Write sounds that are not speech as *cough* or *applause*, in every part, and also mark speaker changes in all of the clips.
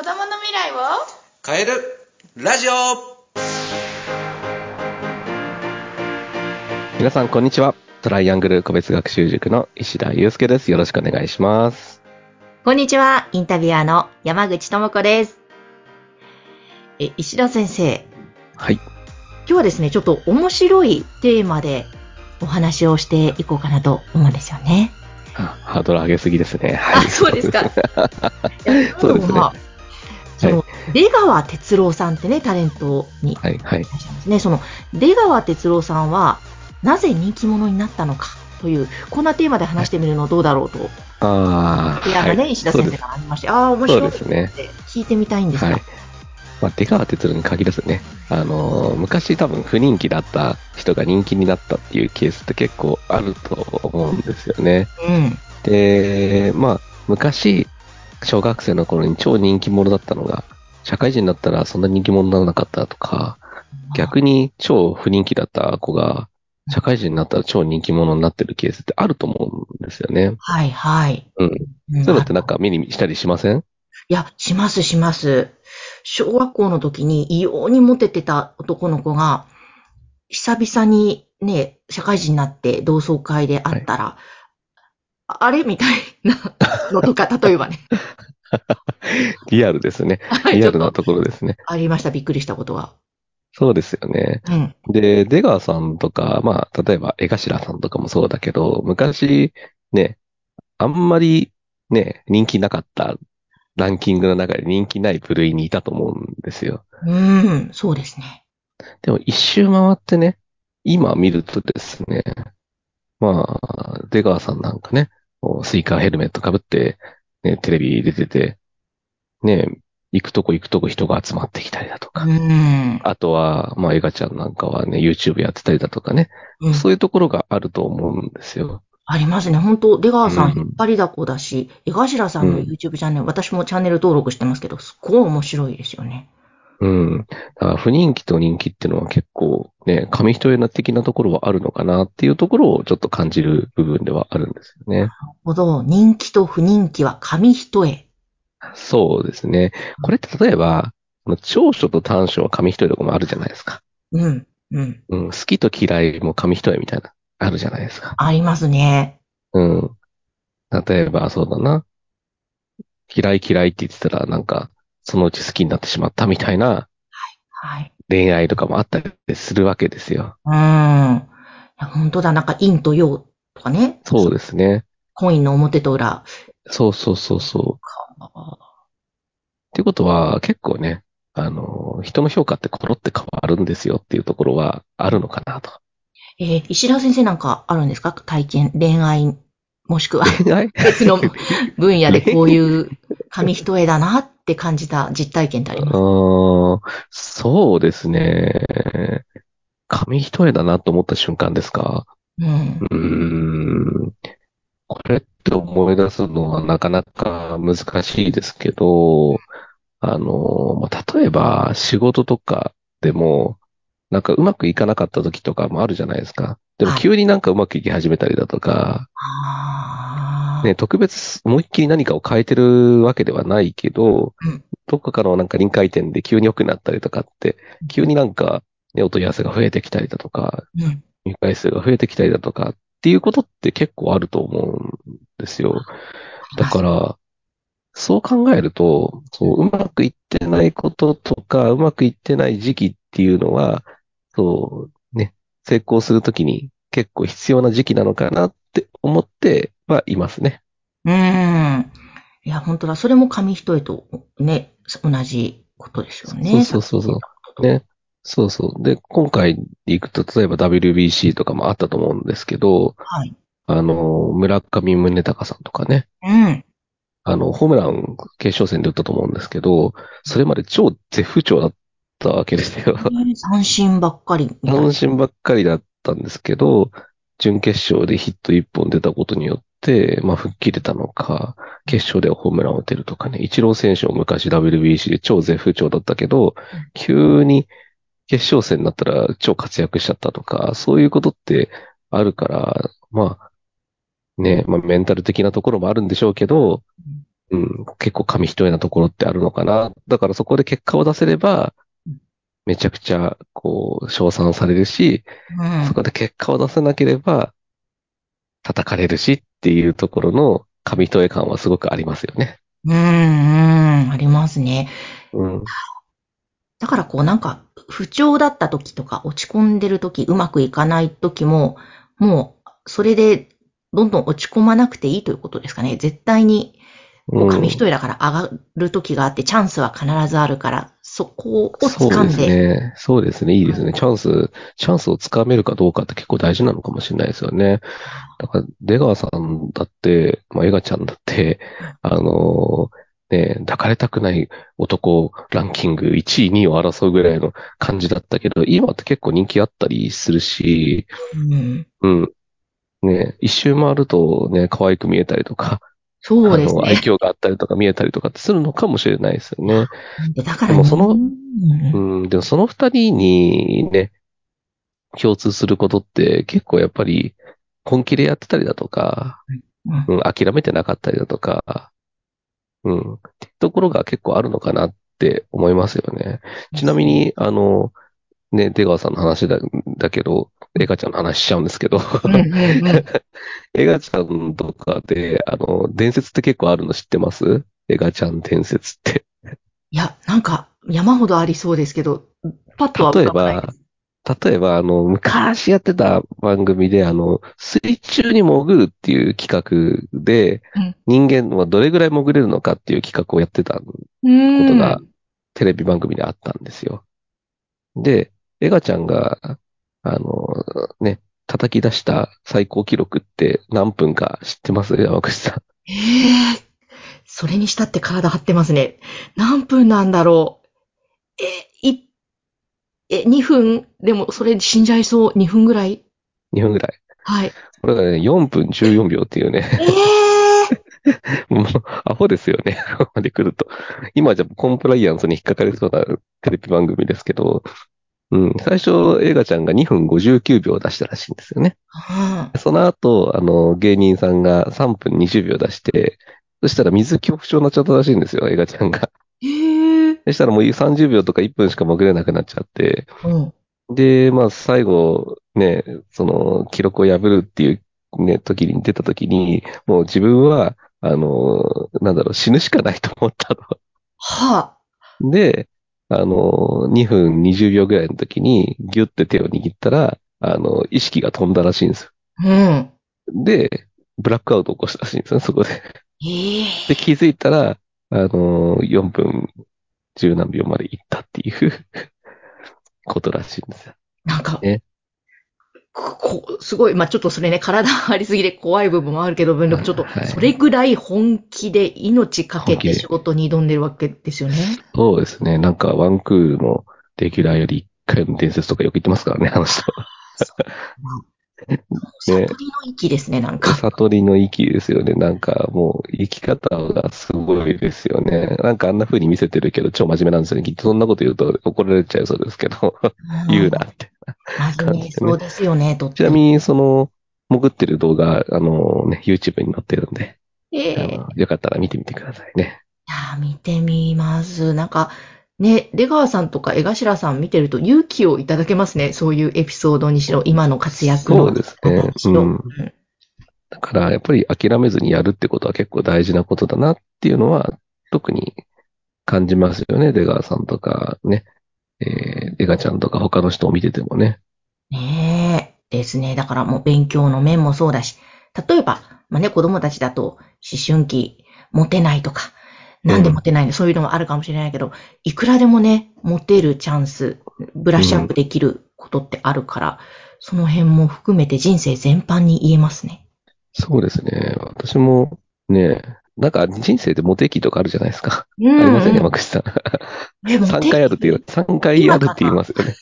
Speaker 1: 未来を
Speaker 2: 変えるラジオ
Speaker 3: 皆さん、こんにちは。トライアングル個別学習塾の石田祐介です。よろしくお願いします。
Speaker 4: こんにちは、インタビュアーの山口智子です。え、石田先生、
Speaker 3: はい。
Speaker 4: 今日はですね、ちょっと面白いテーマでお話をしていこうかなと思うんですよね。
Speaker 3: あハードル上げすぎですね。はい。
Speaker 4: あそうですか
Speaker 3: そうですね
Speaker 4: まあその、出川哲朗さんってね、タレントにいら
Speaker 3: はい、はい。
Speaker 4: っしゃいますね。その、出川哲朗さんは、なぜ人気者になったのかという、こんなテーマで話してみるのどうだろうと、
Speaker 3: ああ。
Speaker 4: 提案がね、
Speaker 3: はい
Speaker 4: 石田先
Speaker 3: そう
Speaker 4: 生
Speaker 3: です
Speaker 4: からありまして、ああ、面白いって
Speaker 3: そうです
Speaker 4: 聞いてみたいんですが、
Speaker 3: はい。まあ、出川哲朗に限らずね、あのー昔多分不人気だった人が人気になったっていうケースって結構あると思うんですよね。
Speaker 4: うん。
Speaker 3: で、まあ、昔、小学生の頃に超人気者だったのが、社会人になったらそんな人気者にならなかったとか、逆に超不人気だった子が、社会人になったら超人気者になってるケースってあると思うんですよね。
Speaker 4: はいはい。
Speaker 3: うん。
Speaker 4: ん
Speaker 3: そういうのってなんか目にしたりしません
Speaker 4: いや、しますします。小学校の時に異様にモテてた男の子が、久々にね、社会人になって同窓会で会ったら、ああれみたいなのと
Speaker 3: *laughs*
Speaker 4: か、例えばね、
Speaker 3: リアルですね。
Speaker 4: はい
Speaker 3: リア
Speaker 4: ちょっと
Speaker 3: ルなところですね。
Speaker 4: ありました。びっくりしたことは。
Speaker 3: そうですよね。
Speaker 4: うん。
Speaker 3: で、出川さんとか、まあ、例えば江頭さんとかもそうだけど、昔、ね、あんまり、ね、人気なかったランキングの中で人気ない部類にいたと思うんですよ。
Speaker 4: うん、そうですね。
Speaker 3: でも一周回ってね、今見るとですね、まあ、出川さんなんかね、こうスイカヘルメット被って、ね、テレビ出てて、ね、行くとこ行くとこ人が集まってきたりだと
Speaker 4: う
Speaker 3: か、
Speaker 4: ん。
Speaker 3: あとは、まあ、エガちゃんなんかはね、YouTube やってたりだとかね、
Speaker 4: うん
Speaker 3: そういうところがあると思うんですよ。
Speaker 4: ありますね。本当出川さん、
Speaker 3: うん
Speaker 4: 引っ張りだこだし、江頭さんの
Speaker 3: うん
Speaker 4: YouTube チャンネル、私もチャンネル登録してますけど、すっごい面白いですよね。
Speaker 3: うん。だから不人気と人気っていうのは結構ね、紙一重な的なところはあるのかなっていうところをちょっと感じる部分ではあるんですよね。
Speaker 4: ほど、人気と不人気は紙一重。
Speaker 3: そうですね。これって例えば、あの長所と短所は紙一重とかもあるじゃないですか。
Speaker 4: うん、うん。
Speaker 3: うん。好きと嫌いも紙一重みたいな、あるじゃないですか。
Speaker 4: ありますね。
Speaker 3: うん。例えば、そうだな。嫌い嫌いって言ってたら、なんか、そのうち好きになってしまったみたいな
Speaker 4: はい。
Speaker 3: 恋愛とかもあったりするわけですよ。
Speaker 4: うーん。いや本当だ、なんか陰と陽とかね。
Speaker 3: そうですね。
Speaker 4: コインの表と裏。
Speaker 3: そうそうそうそう。っていうことは、結構ね、あの、人の評価ってコロって変わるんですよっていうところはあるのかなと。 *laughs*
Speaker 4: えー石田先生なんかあるんですか体験、恋愛、もしくは
Speaker 3: *laughs* 恋愛
Speaker 4: 別の分野でこういう紙一重だなって感じた実体験ってあります。
Speaker 3: ああ、そうですね。紙一重だなと思った瞬間ですか。
Speaker 4: うん。
Speaker 3: うーん。これって思い出すのはなかなか難しいですけど、あの、まあ、例えば仕事とかでも、なんかうまくいかなかった時とかもあるじゃないですか。でも
Speaker 4: はい
Speaker 3: 急になんかうまくいき始めたりだとか、
Speaker 4: あー
Speaker 3: ね、特別思いっきり何かを変えてるわけではないけど
Speaker 4: うん、
Speaker 3: どっかからのなんか臨界点で急に良くなったりとかって、急になんか、ね、お問い合わせが増えてきたりだとか、
Speaker 4: うん。
Speaker 3: 見返数が増えてきたりだとかっていうことって結構あると思うんですよ。だから、そう考えると、そう、うまくいってないこととか、うまくいってない時期っていうのは、そう、ね、成功するときに結構必要な時期なのかなって思ってはいますね。
Speaker 4: うーん。いや、本当だ。それも紙一重とね、同じことですよね。
Speaker 3: そうそうそうそう。ね。そうそう。で、今回でいくと、例えば WBC とかもあったと思うんですけど、
Speaker 4: はい。
Speaker 3: あの、村上宗隆さんとかね、
Speaker 4: うん。
Speaker 3: あの、ホームラン決勝戦で打ったと思うんですけど、それまで超絶不調だったわけですよ。
Speaker 4: 三振ばっかりみたいな
Speaker 3: 安。心ばっかりだったんですけど、準決勝でヒット1本出たことによって、まあ、吹っ切れたのか、決勝ではホームランを打てるとかね、イチロー選手も昔 WBC で超絶不調だったけど、急に決勝戦になったら超活躍しちゃったとか、そういうことってあるから、まあ、ね、まあ、メンタル的なところもあるんでしょうけど、うん、結構紙一重なところってあるのかな。だからそこで結果を出せれば、めちゃくちゃ、こう、称賛されるし、
Speaker 4: うん
Speaker 3: そこで結果を出せなければ、叩かれるしっていうところの紙一重感はすごくありますよね。
Speaker 4: うん、うん、ありますね。
Speaker 3: うん。
Speaker 4: だからこうなんか、不調だった時とか、落ち込んでる時、うまくいかない時も、もう、それで、どんどん落ち込まなくていいということですかね。絶対に、
Speaker 3: うん
Speaker 4: 紙一重だから上がる時があって、チャンスは必ずあるから、そこを掴
Speaker 3: そ
Speaker 4: ん
Speaker 3: うです
Speaker 4: で。
Speaker 3: ね。そうですね。いいですね。チャンス、チャンスをつかめるかどうかって結構大事なのかもしれないですよね。だから、出川さんだって、まあ、エガちゃんだって、あのーね、抱かれたくない男ランキング1位、2位を争うぐらいの感じだったけど、今って結構人気あったりするし、
Speaker 4: うん
Speaker 3: うん。ね、一周回るとね、可愛く見えたりとか、
Speaker 4: そうです
Speaker 3: あの、愛
Speaker 4: ね。
Speaker 3: 嬌があったりとか見えたりとかってするのかもしれないですよね。
Speaker 4: でだから
Speaker 3: でもその
Speaker 4: うん
Speaker 3: うん、でもその二人にね、共通することって結構やっぱり本気でやってたりだとか、
Speaker 4: う
Speaker 3: う
Speaker 4: ん
Speaker 3: ん、諦めてなかったりだとか、うん、ってところが結構あるのかなって思いますよね。ちなみに、あの、ね、出川さんの話だ、だけど、エガちゃんの話しちゃうんですけど、
Speaker 4: うんうんうん
Speaker 3: エガちゃんとかで、あの、伝説って結構あるの知ってますエガちゃん伝説って。
Speaker 4: いや、なんか、山ほどありそうですけど、パッとは
Speaker 3: 例え
Speaker 4: 浮かばない
Speaker 3: ば、例えば、あの、昔やってた番組で、あの、水中に潜るっていう企画で
Speaker 4: うん、
Speaker 3: 人間はどれぐらい潜れるのかっていう企画をやってたこ
Speaker 4: う
Speaker 3: と
Speaker 4: ん
Speaker 3: が、テレビ番組であったんですよ。で、エガちゃんが、あの、ね、叩き出した最高記録って何分か知ってます山口さん。
Speaker 4: ええそれにしたって体張ってますね。何分なんだろう。え、い、え、2分でもそれ死んじゃいそう。2分ぐらい
Speaker 3: 2分ぐらい。
Speaker 4: はい。
Speaker 3: これがね、4分14秒っていうね、 *laughs*
Speaker 4: ええ
Speaker 3: もう、アホですよね。 *laughs* ここまで来ると。今じゃコンプライアンスに引っかかりそうなテレビ番組ですけど、うん、最初、映画ちゃんが2分59秒出したらしいんですよね。
Speaker 4: うん
Speaker 3: その後、あの、芸人さんが3分20秒出して、そしたら水恐怖症になっちゃったらしいんですよ、映画ちゃんが。
Speaker 4: ええ
Speaker 3: そしたらもう30秒とか1分しか潜れなくなっちゃって、
Speaker 4: うん
Speaker 3: で、まあ、最後、ね、その、記録を破るっていう、ね、時に出た時に、もう自分は、あの、なんだろう、死ぬしかないと思った
Speaker 4: は
Speaker 3: の。 *laughs* で、あの、2分20秒ぐらいの時に、ギュって手を握ったら、あの、意識が飛んだらしいんですよ。
Speaker 4: あ、うん。
Speaker 3: で、ブラックアウトを起こしたらしいんですよね、そこで。
Speaker 4: ええ
Speaker 3: で、気づいたら、あの、4分10何秒まで行ったっていう *laughs* ことらしいんですよ。
Speaker 4: なんか、
Speaker 3: ね
Speaker 4: ここすごい、まあ、ちょっとそれね、体張りすぎで怖い部分もあるけど、文力ちょっと
Speaker 3: はい、
Speaker 4: それぐらい本気で命かけ
Speaker 3: 本気で
Speaker 4: て仕事に挑んでるわけですよね。
Speaker 3: そうですね。なんか、ワンクールのレギュラーより一回の伝説とかよく言ってますからね、あの人。
Speaker 4: 悟りの域ですね、なんか。
Speaker 3: 悟りの域ですよね。なんか、もう、生き方がすごいですよね。なんか、あんな風に見せてるけど、超真面目なんですよね。きっとそんなこと言うと *laughs* 怒られちゃいそうですけど、言うなって。
Speaker 4: 真面目そうですよね、とっ
Speaker 3: ち
Speaker 4: て
Speaker 3: な
Speaker 4: も
Speaker 3: みに、その、潜ってる動画、あのね、YouTube に載ってるんで、
Speaker 4: え
Speaker 3: あ
Speaker 4: えい
Speaker 3: のよかったら見てみてくださいね。
Speaker 4: やー、見てみます。なんか、ね、出川さんとか江頭さん見てると勇気をいただけますね。そういうエピソードにしろ、今の活躍の
Speaker 3: そうですね
Speaker 4: にしろ。
Speaker 3: うんだから、やっぱり諦めずにやるってことは結構大事なことだなっていうのは、特に感じますよね。出川さんとかね、えー、出川ちゃんとか他の人を見ててもね。
Speaker 4: ねえ、ですね。だからもう勉強の面もそうだし、例えば、まあね、子供たちだと思春期モテないとか、なんでモテないの、そういうのもあるかもしれないけど、いくらでもね、モテるチャンス、ブラッシュアップできることってあるから、その辺も含めて人生全般に言えますね。
Speaker 3: そうですね。私もね、なんか人生でモテ期とかあるじゃないですか。
Speaker 4: う
Speaker 3: ありませんね、
Speaker 4: んうん
Speaker 3: 山口さん。
Speaker 4: えモテ
Speaker 3: 3回あるって言う、3回あるって言いますよね。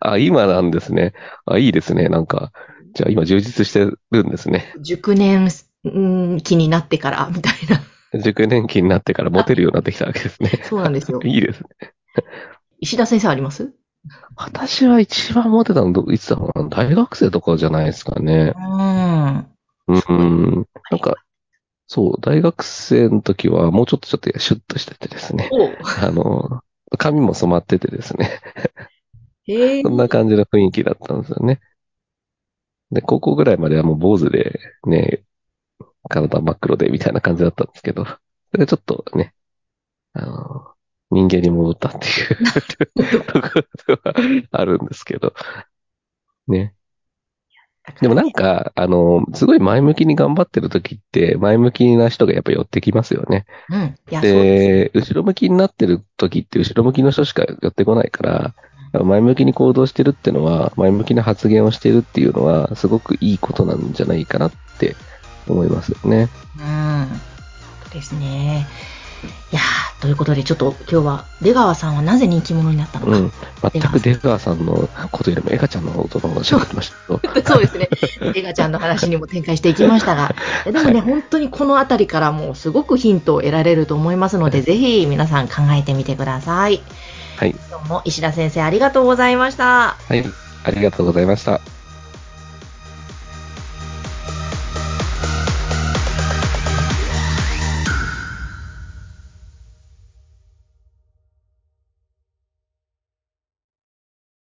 Speaker 3: あ、今なんですね。あ、いいですね。なんか、じゃあ今充実してるんですね。
Speaker 4: 熟年うん期になってから、みたいな。
Speaker 3: 熟年期になってからモテるようになってきたわけです
Speaker 4: *laughs*
Speaker 3: ね。。
Speaker 4: そうなんですよ
Speaker 3: *laughs* いいですね
Speaker 4: 石田先生あります
Speaker 3: 私は一番モテたのど、いつだろうな、大学生とかじゃないですかね
Speaker 4: う。ん。
Speaker 3: うん。なんか、そう、大学生の時はもうちょっとちょっとシュッとしててですね。
Speaker 4: おう
Speaker 3: あの、髪も染まっててですね。
Speaker 4: へえ
Speaker 3: そんな感じの雰囲気だったんですよね。で、高校ぐらいまではもう坊主で、ね、体真っ黒でみたいな感じだったんですけど、それがちょっとね、あの、人間に戻ったっていう *laughs* ところではあるんですけど、ね。でもなんか、あの、すごい前向きに頑張ってる時って、前向きな人がやっぱ寄ってきますよね。
Speaker 4: うん。いや、そうで
Speaker 3: で、
Speaker 4: す。
Speaker 3: 後ろ向きになってる時って、後ろ向きの人しか寄ってこないから、前向きに行動してるってのは、前向きな発言をしてるっていうのは、すごくいいことなんじゃないかなって思いますよね。
Speaker 4: うん。そうですね。いやーということで、ちょっと今日は出川さんはなぜ人気者になったの
Speaker 3: う
Speaker 4: か。
Speaker 3: ん。全く出川さんのことよりも、エガちゃんのことの方が喋ってましたけど。
Speaker 4: *laughs* そうですね。エガちゃんの話にも展開していきまし
Speaker 3: *laughs*
Speaker 4: たが、でもね、本当にこのあたりからもうすごくヒントを得られると思いますので、ぜひ皆さん考えてみてください。
Speaker 3: はい。
Speaker 4: どうも石田先生ありがとうございました。
Speaker 3: はい。ありがとうございました。